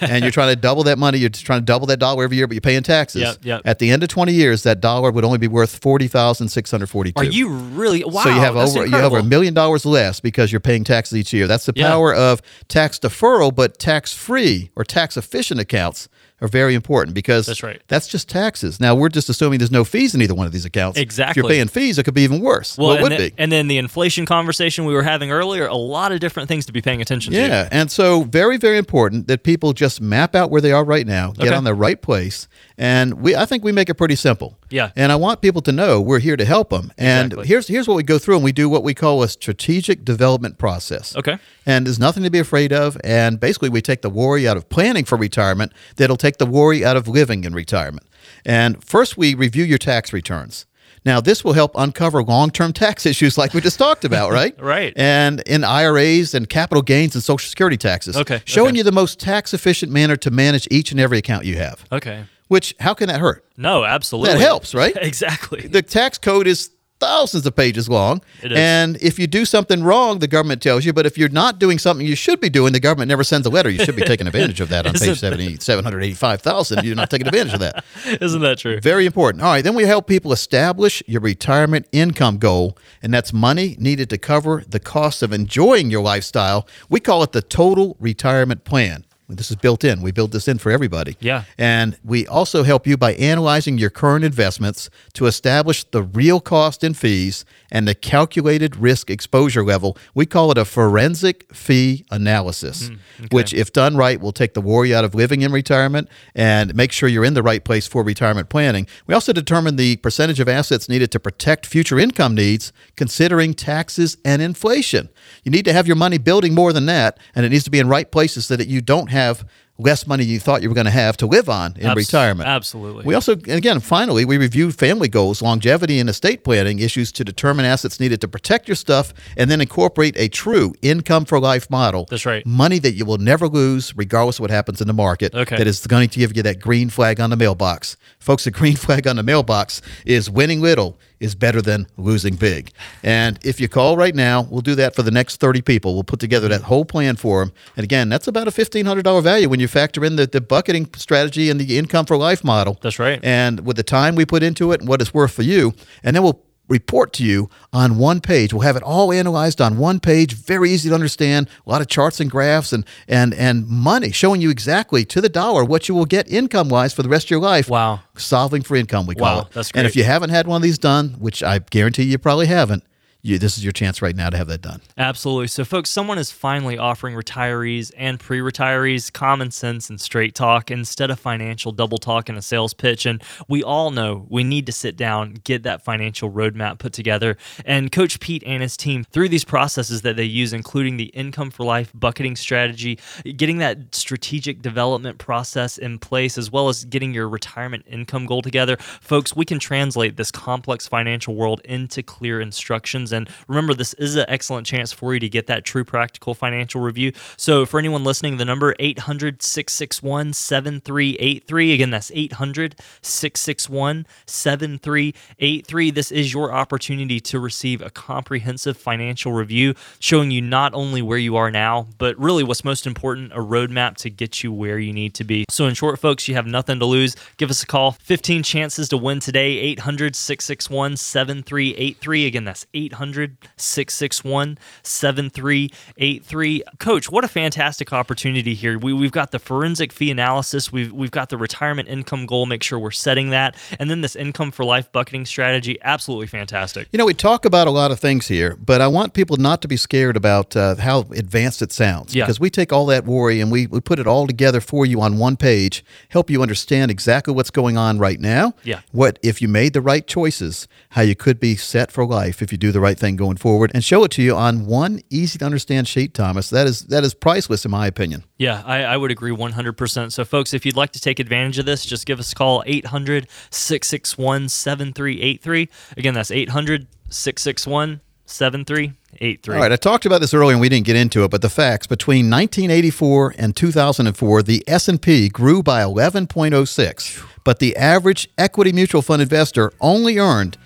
and you're trying to double that money, you're just trying to double that dollar every year, but you're paying taxes. Yep, yep. At the end of twenty years, that dollar would only be worth forty thousand six hundred forty two. Are you really? Wow. so you have that's over you have over a incredible. million dollars less because you're paying taxes each year. That's the Yeah. power of tax deferral, but tax free or tax efficient accounts are very important because That's right. That's just taxes. Now we're just assuming there's no fees in either one of these accounts. If you're Exactly. paying fees, it could be even worse. Well, Well, it would and, then, be. and then the inflation conversation we were having earlier, a lot of different things to be paying attention to. Yeah, and so very, very important that people just map out where they are right now, get Okay. on the right place, and we I think we make it pretty simple. Yeah. and I want people to know we're here to help them. And Exactly. here's here's what we go through, and we do what we call a strategic development process. Okay. and there's nothing to be afraid of. And basically, we take the worry out of planning for retirement. That'll take the worry out of living in retirement. And first, we review your tax returns. Now, this will help uncover long term tax issues like we just talked about, right? Right. And in IRAs and capital gains and Social Security taxes. Okay, Showing okay. you the most tax efficient manner to manage each and every account you have. Okay. Which, how can that hurt? No, absolutely. That helps, right? exactly. The tax code is thousands of pages long. It is. And if you do something wrong, the government tells you. But if you're not doing something you should be doing, the government never sends a letter. You should be taking advantage of that on page 70, 785,000. You're not taking advantage of that. Isn't that true? Very important. All right, then we help people establish your retirement income goal, and that's money needed to cover the cost of enjoying your lifestyle. We call it the total retirement plan. This is built in. We build this in for everybody. Yeah. And we also help you by analyzing your current investments to establish the real cost and fees and the calculated risk exposure level. We call it a forensic fee analysis, which, if done right, will take the worry out of living in retirement and make sure you're in the right place for retirement planning. We also determine the percentage of assets needed to protect future income needs, considering taxes and inflation. You need to have your money building more than that, and it needs to be in right places so that you don't have less money you thought you were going to have to live on in Abs- retirement. absolutely. We also, and again, finally, we review family goals, longevity, and estate planning issues to determine assets needed to protect your stuff and then incorporate a true income for life model. That's right. Money that you will never lose, regardless of what happens in the market. Okay. That is going to give you that green flag on the mailbox. Folks, the green flag on the mailbox is winning little is better than losing big. And if you call right now, we'll do that for the next 30 people. We'll put together that whole plan for them. And again, that's about a $1,500 value when you factor in the, the bucketing strategy and the income for life model. That's right. And with the time we put into it and what it's worth for you. And then we'll report to you on one page. We'll have it all analyzed on one page, very easy to understand, a lot of charts and graphs and and and money showing you exactly to the dollar what you will get income wise for the rest of your life. Wow. Solving for income, we call Wow, it. that's And if great. you haven't had one of these done, which I guarantee you probably haven't, you, this is your chance right now to have that done. Absolutely. So, folks, someone is finally offering retirees and pre retirees common sense and straight talk instead of financial double talk and a sales pitch. And we all know we need to sit down, get that financial roadmap put together. And Coach Pete and his team, through these processes that they use, including the income for life bucketing strategy, getting that strategic development process in place, as well as getting your retirement income goal together, folks, we can translate this complex financial world into clear instructions. And remember, this is an excellent chance for you to get that true practical financial review. So for anyone listening, the number 800 661 7383. Again, that's 800 661 7383. This is your opportunity to receive a comprehensive financial review showing you not only where you are now, but really what's most important a roadmap to get you where you need to be. So, in short, folks, you have nothing to lose. Give us a call. 15 chances to win today 800 661 7383. Again, that's 800 661 7383. Coach, what a fantastic opportunity here. We, we've got the forensic fee analysis, we've, we've got the retirement income goal, make sure we're setting that. And then this income for life bucketing strategy. Absolutely fantastic. You know, we talk about a lot of things here, but I want people not to be scared about uh, how advanced it sounds. Yeah. Because we take all that worry and we, we put it all together for you on one page, help you understand exactly what's going on right now. Yeah. What, if you made the right choices, how you could be set for life if you do the right thing going forward, and show it to you on one easy to understand sheet, Thomas. That is, that is priceless, in my opinion. Yeah, I, I would agree 100%. So, folks, if you'd like to take advantage of this, just give us a call 800 661 7383. Again, that's 800 661 7383. 83. All right, I talked about this earlier and we didn't get into it, but the facts between 1984 and 2004, the S&P grew by 11.06, but the average equity mutual fund investor only earned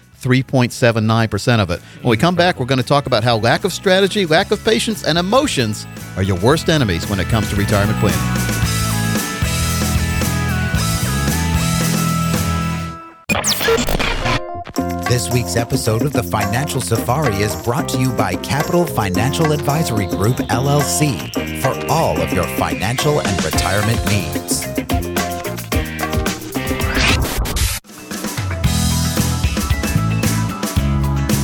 3.79% of it. When we come back, we're going to talk about how lack of strategy, lack of patience, and emotions are your worst enemies when it comes to retirement planning. This week's episode of the Financial Safari is brought to you by Capital Financial Advisory Group, LLC, for all of your financial and retirement needs.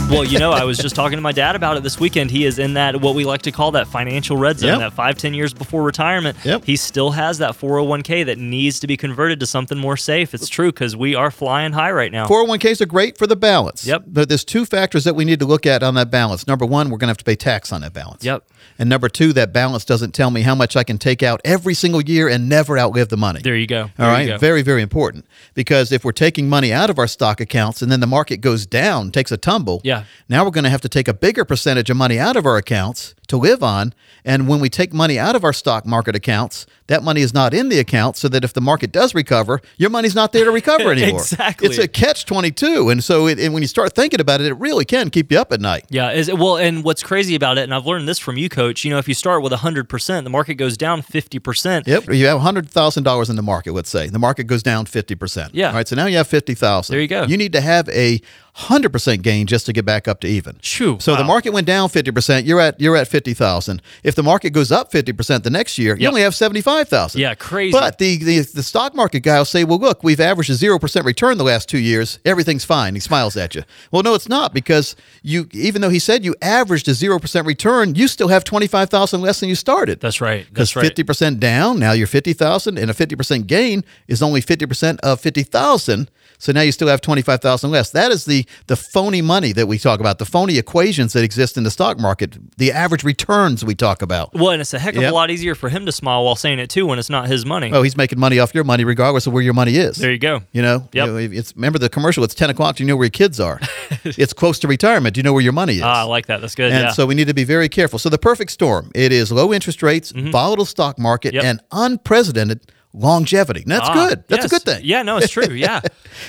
Well, you know, I was just talking to my dad about it this weekend. He is in that what we like to call that financial red zone, Yep. that five, ten years before retirement. Yep. He still has that 401k that needs to be converted to something more safe. It's true because we are flying high right now. 401ks are great for the balance. Yep. But there's two factors that we need to look at on that balance. Number one, we're going to have to pay tax on that balance. Yep. And number two, that balance doesn't tell me how much I can take out every single year and never outlive the money. There you go. All There you right. go. Very, very important. Because if we're taking money out of our stock accounts and then the market goes down, takes a tumble, Yeah. now we're going to have to take a bigger percentage of money out of our accounts to live on. And when we take money out of our stock market accounts, that money is not in the account so that if the market does recover, your money's not there to recover anymore. Exactly. It's a catch 22. And so it, and when you start thinking about it, it really can keep you up at night. Yeah, is it, well, and what's crazy about it, and I've learned this from you, Coach. You know, if you start with hundred percent, the market goes down fifty percent. Yep. You have hundred thousand dollars in the market, let's say. The market goes down fifty percent. Yeah. All right. So now you have fifty thousand. There you go. You need to have a hundred percent gain just to get back up to even. Shoo, So the wow. market went down fifty percent, you're at you're at fifty thousand. If the market goes up fifty percent the next year, you Yep. only have seventy five thousand. Yeah, crazy. But the, the the stock market guy will say, Well, look, we've averaged a zero percent return the last two years, everything's fine. He smiles at you. Well, no, it's not because you even though he said you averaged a zero percent return, you still have twenty five thousand less than you started. That's right. Because That's right. fifty percent down, now you're fifty thousand, and a fifty percent gain is only fifty percent of fifty thousand. So now you still have twenty five thousand less. That is the the phony money that we talk about, the phony equations that exist in the stock market, the average returns we talk about. Well, and it's a heck of Yep. a lot easier for him to smile while saying it too when it's not his money. Oh, he's making money off your money, regardless of where your money is. There you go. You know, Yep. You know, it's remember the commercial. It's ten o'clock. Do you know where your kids are? it's close to retirement. Do you know where your money is? Ah, I like that. That's good. And yeah. so we need to be very careful. So the perfect storm, it is low interest rates, volatile stock market, Mm-hmm. Yep. and unprecedented longevity. And that's Ah, good. That's a yes. good thing. Yeah, no, it's true. Yeah.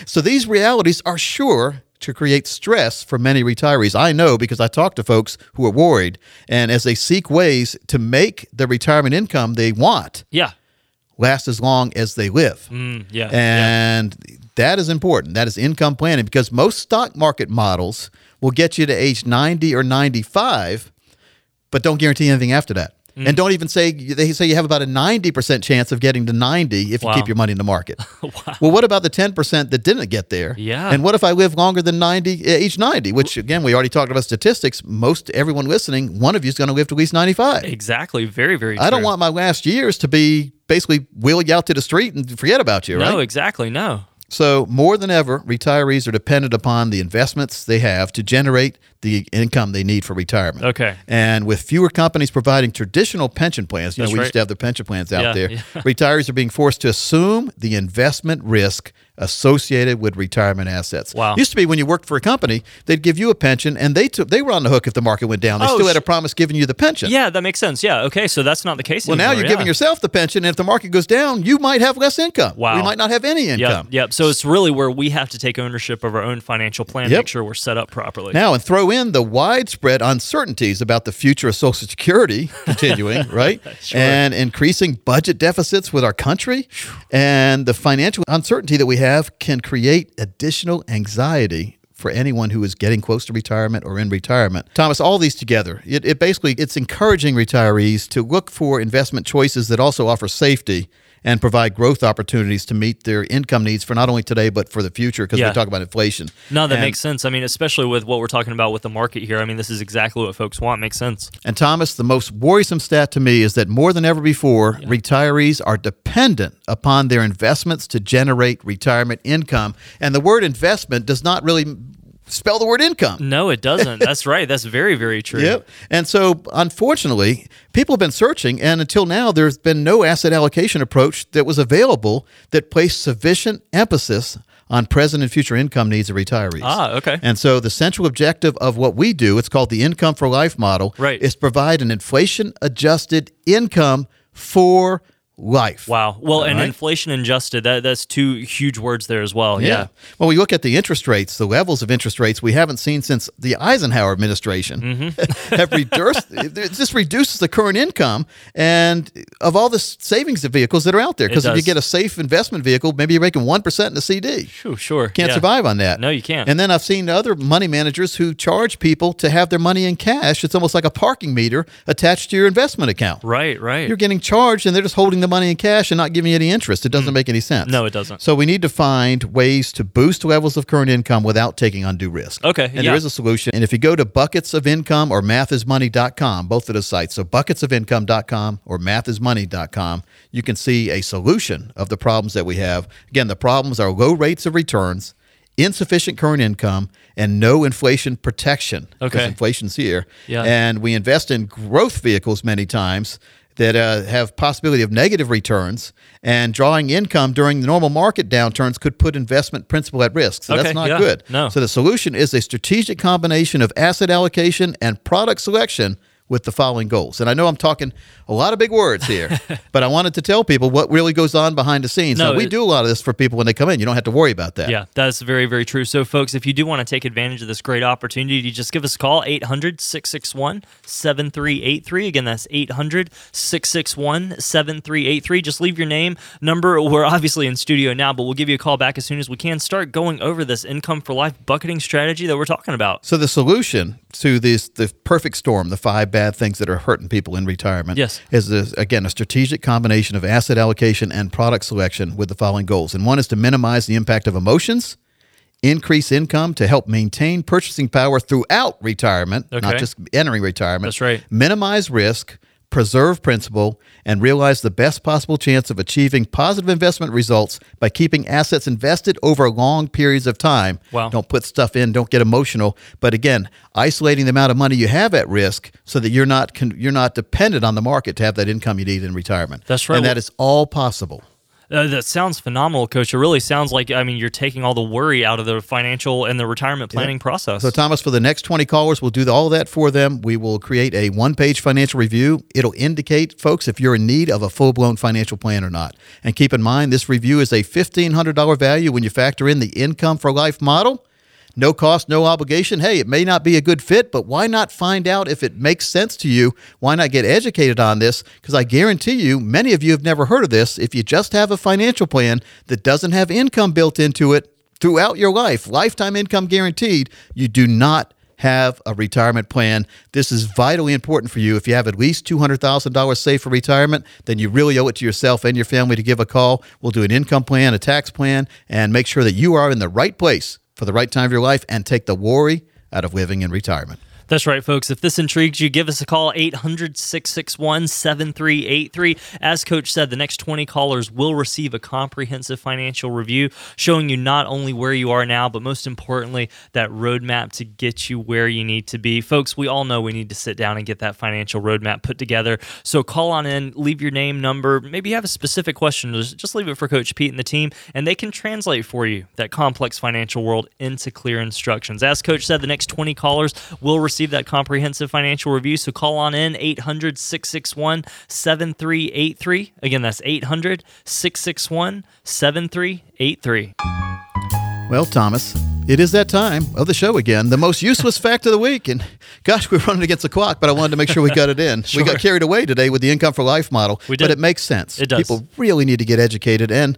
So these realities are sure to create stress for many retirees. I know because I talk to folks who are worried and as they seek ways to make the retirement income they want yeah. last as long as they live. Mm, yeah. And that is important. That is income planning because most stock market models will get you to age 90 or 95, but don't guarantee anything after that. Mm. And don't even say they say you have about a 90% chance of getting to 90 if Wow. you keep your money in the market. Well, what about the 10% that didn't get there? Yeah. And what if I live longer than 90 age 90, which again we already talked about statistics, most everyone listening, one of you is going to live to at least 95. exactly. Very, very I don't true. want my last years to be basically wheel you out to the street and forget about you, right? No, exactly. No. So, more than ever, retirees are dependent upon the investments they have to generate the income they need for retirement. Okay. And with fewer companies providing traditional pension plans, you know, That's we right. used to have the pension plans out Yeah, there, yeah. retirees are being forced to assume the investment risk associated with retirement assets. Wow. Used to be when you worked for a company, they'd give you a pension and they took they were on the hook if the market went down. They Oh, still had sh- a promise giving you the pension. Yeah, that makes sense. Yeah. Okay. So that's not the case Well, now anymore, you're yeah. giving yourself the pension, and if the market goes down, you might have less income. Wow. You might not have any income. Yep, yep. So it's really where we have to take ownership of our own financial plan, Yep. make sure we're set up properly. Now, and throw in the widespread uncertainties about the future of Social Security continuing, right? And increasing budget deficits with our country. And the financial uncertainty that we have can create additional anxiety for anyone who is getting close to retirement or in retirement. Thomas, all these together, it, it basically it's encouraging retirees to look for investment choices that also offer safety and provide growth opportunities to meet their income needs for not only today but for the future because Yeah. we talk about inflation. No, that And- makes sense. I mean, especially with what we're talking about with the market here. I mean, this is exactly what folks want. Makes sense. And Thomas, the most worrisome stat to me is that more than ever before, retirees are dependent upon their investments to generate retirement income. And the word investment does not really spell the word income. No, it doesn't. That's right. That's very, very true. Yep. And so, unfortunately, people have been searching, and until now, there's been no asset allocation approach that was available that placed sufficient emphasis on present and future income needs of retirees. Ah, okay. And so, the central objective of what we do, it's called the Income for Life model, Right. is provide an inflation adjusted income for life. Wow. Well, and right. inflation adjusted, that, that's two huge words there as well. Yeah. When we look at the interest rates, the levels of interest rates we haven't seen since the Eisenhower administration Mm-hmm. have reduced. It just reduces the current income and of all the savings of vehicles that are out there. Because It if you does. get a safe investment vehicle, maybe you're making one percent in a CD. Phew, sure. Can't yeah. survive on that. No, you can't. And then I've seen other money managers who charge people to have their money in cash. It's almost like a parking meter attached to your investment account. Right, right. You're getting charged and they're just holding the money in cash and not giving you any interest. It doesn't make any sense. Mm. No, it doesn't. So we need to find ways to boost levels of current income without taking undue risk. Okay, And yeah. there is a solution. And if you go to buckets of income or mathismoney.com, both of those sites, so buckets of income.com or mathismoney.com, you can see a solution of the problems that we have. Again, the problems are low rates of returns. Insufficient current income and no inflation protection. 'cause Okay. inflation's here. Yeah. And we invest in growth vehicles many times that uh, have possibility of negative returns and drawing income during the normal market downturns could put investment principal at risk. So Okay, that's not yeah, good. no. So the solution is a strategic combination of asset allocation and product selection with the following goals. And I know I'm talking a lot of big words here, but I wanted to tell people what really goes on behind the scenes. No, Now, we it- do a lot of this for people when they come in. You don't have to worry about that. Yeah, that's very, very true. So, folks, if you do want to take advantage of this great opportunity, just give us a call, 800 661 7383. Again, that's 800 661 7383. Just leave your name, number. We're obviously in studio now, but we'll give you a call back as soon as we can. Start going over this income for life bucketing strategy that we're talking about. So the solution to this the perfect storm, the five bad things that are hurting people in retirement, Yes. is this, again a strategic combination of asset allocation and product selection with the following goals. And one is to minimize the impact of emotions, increase income to help maintain purchasing power throughout retirement, not Okay. just entering retirement. That's right. Minimize risk, preserve principal, and realize the best possible chance of achieving positive investment results by keeping assets invested over long periods of time. Wow. Don't put stuff in, don't get emotional, but again, isolating the amount of money you have at risk so that you're not con- you're not dependent on the market to have that income you need in retirement. That's right. And Well- that is all possible. Uh, that sounds phenomenal, Coach. It really sounds like, I mean, you're taking all the worry out of the financial and the retirement planning process. So, Thomas, for the next 20 callers, we'll do the- all that for them. We will create a one page financial review. It'll indicate, folks, if you're in need of a full blown financial plan or not. And keep in mind, this review is a $1,500 value when you factor in the income for life model. No cost, no obligation. Hey, it may not be a good fit, but why not find out if it makes sense to you? Why not get educated on this? Because I guarantee you, many of you have never heard of this. If you just have a financial plan that doesn't have income built into it, throughout your life, lifetime income guaranteed, you do not have a retirement plan. This is vitally important for you. If you have at least $200,000 saved for retirement, then you really owe it to yourself and your family to give a call. We'll do an income plan, a tax plan, and make sure that you are in the right place for the right time of your life and take the worry out of living in retirement. That's right, folks. If this intrigues you, give us a call, 800 661 7383. As Coach said, the next 20 callers will receive a comprehensive financial review showing you not only where you are now, but most importantly, that roadmap to get you where you need to be. Folks, we all know we need to sit down and get that financial roadmap put together. So call on in, leave your name, number, maybe you have a specific question. Just just leave it for Coach Pete and the team, and they can translate for you that complex financial world into clear instructions. As Coach said, the next 20 callers will receive that comprehensive financial review. So call on in 800 661 7383. Again, that's 800 661 7383. Well, Thomas, it is that time of the show again. The most useless fact of the week. And gosh, we're running against the clock, but I wanted to make sure we got it in. We got carried away today with the income for life model. We But did. it makes sense. It does. People really need to get educated and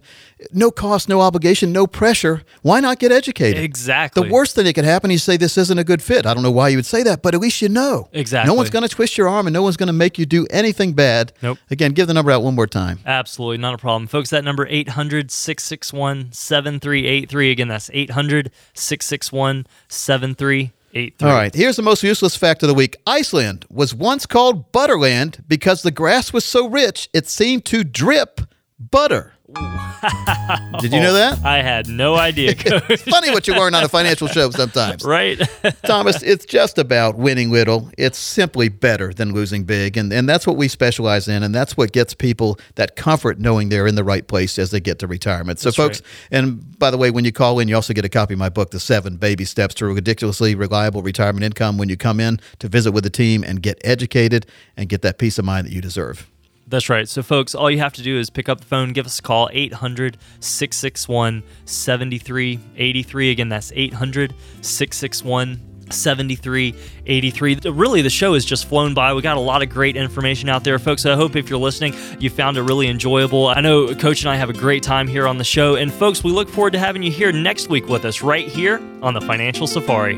no cost, no obligation, no pressure. Why not get educated? Exactly. The worst thing that could happen is say this isn't a good fit. I don't know why you would say that, but at least you know. Exactly. No one's going to twist your arm and no one's going to make you do anything bad. Nope. Again, give the number out one more time. Absolutely, not a problem. Folks, that number 800-661-7383 again, that's 800-661-7383. All right, here's the most useless fact of the week. Iceland was once called Butterland because the grass was so rich it seemed to drip butter. Did you know that? I had no idea, Coach. Funny what you learn on a financial show sometimes. right? Thomas, it's just about winning little. It's simply better than losing big. And, and that's what we specialize in. And that's what gets people that comfort knowing they're in the right place as they get to retirement. So, folks, and by the way, when you call in, you also get a copy of my book, The Seven Baby Steps to a Ridiculously Reliable Retirement Income, when you come in to visit with the team and get educated and get that peace of mind that you deserve. That's right. So, folks, all you have to do is pick up the phone, give us a call, 800 661 7383. Again, that's 800 661 7383. Really, the show has just flown by. We got a lot of great information out there, folks. I hope if you're listening, you found it really enjoyable. I know Coach and I have a great time here on the show. And, folks, we look forward to having you here next week with us right here on the Financial Safari.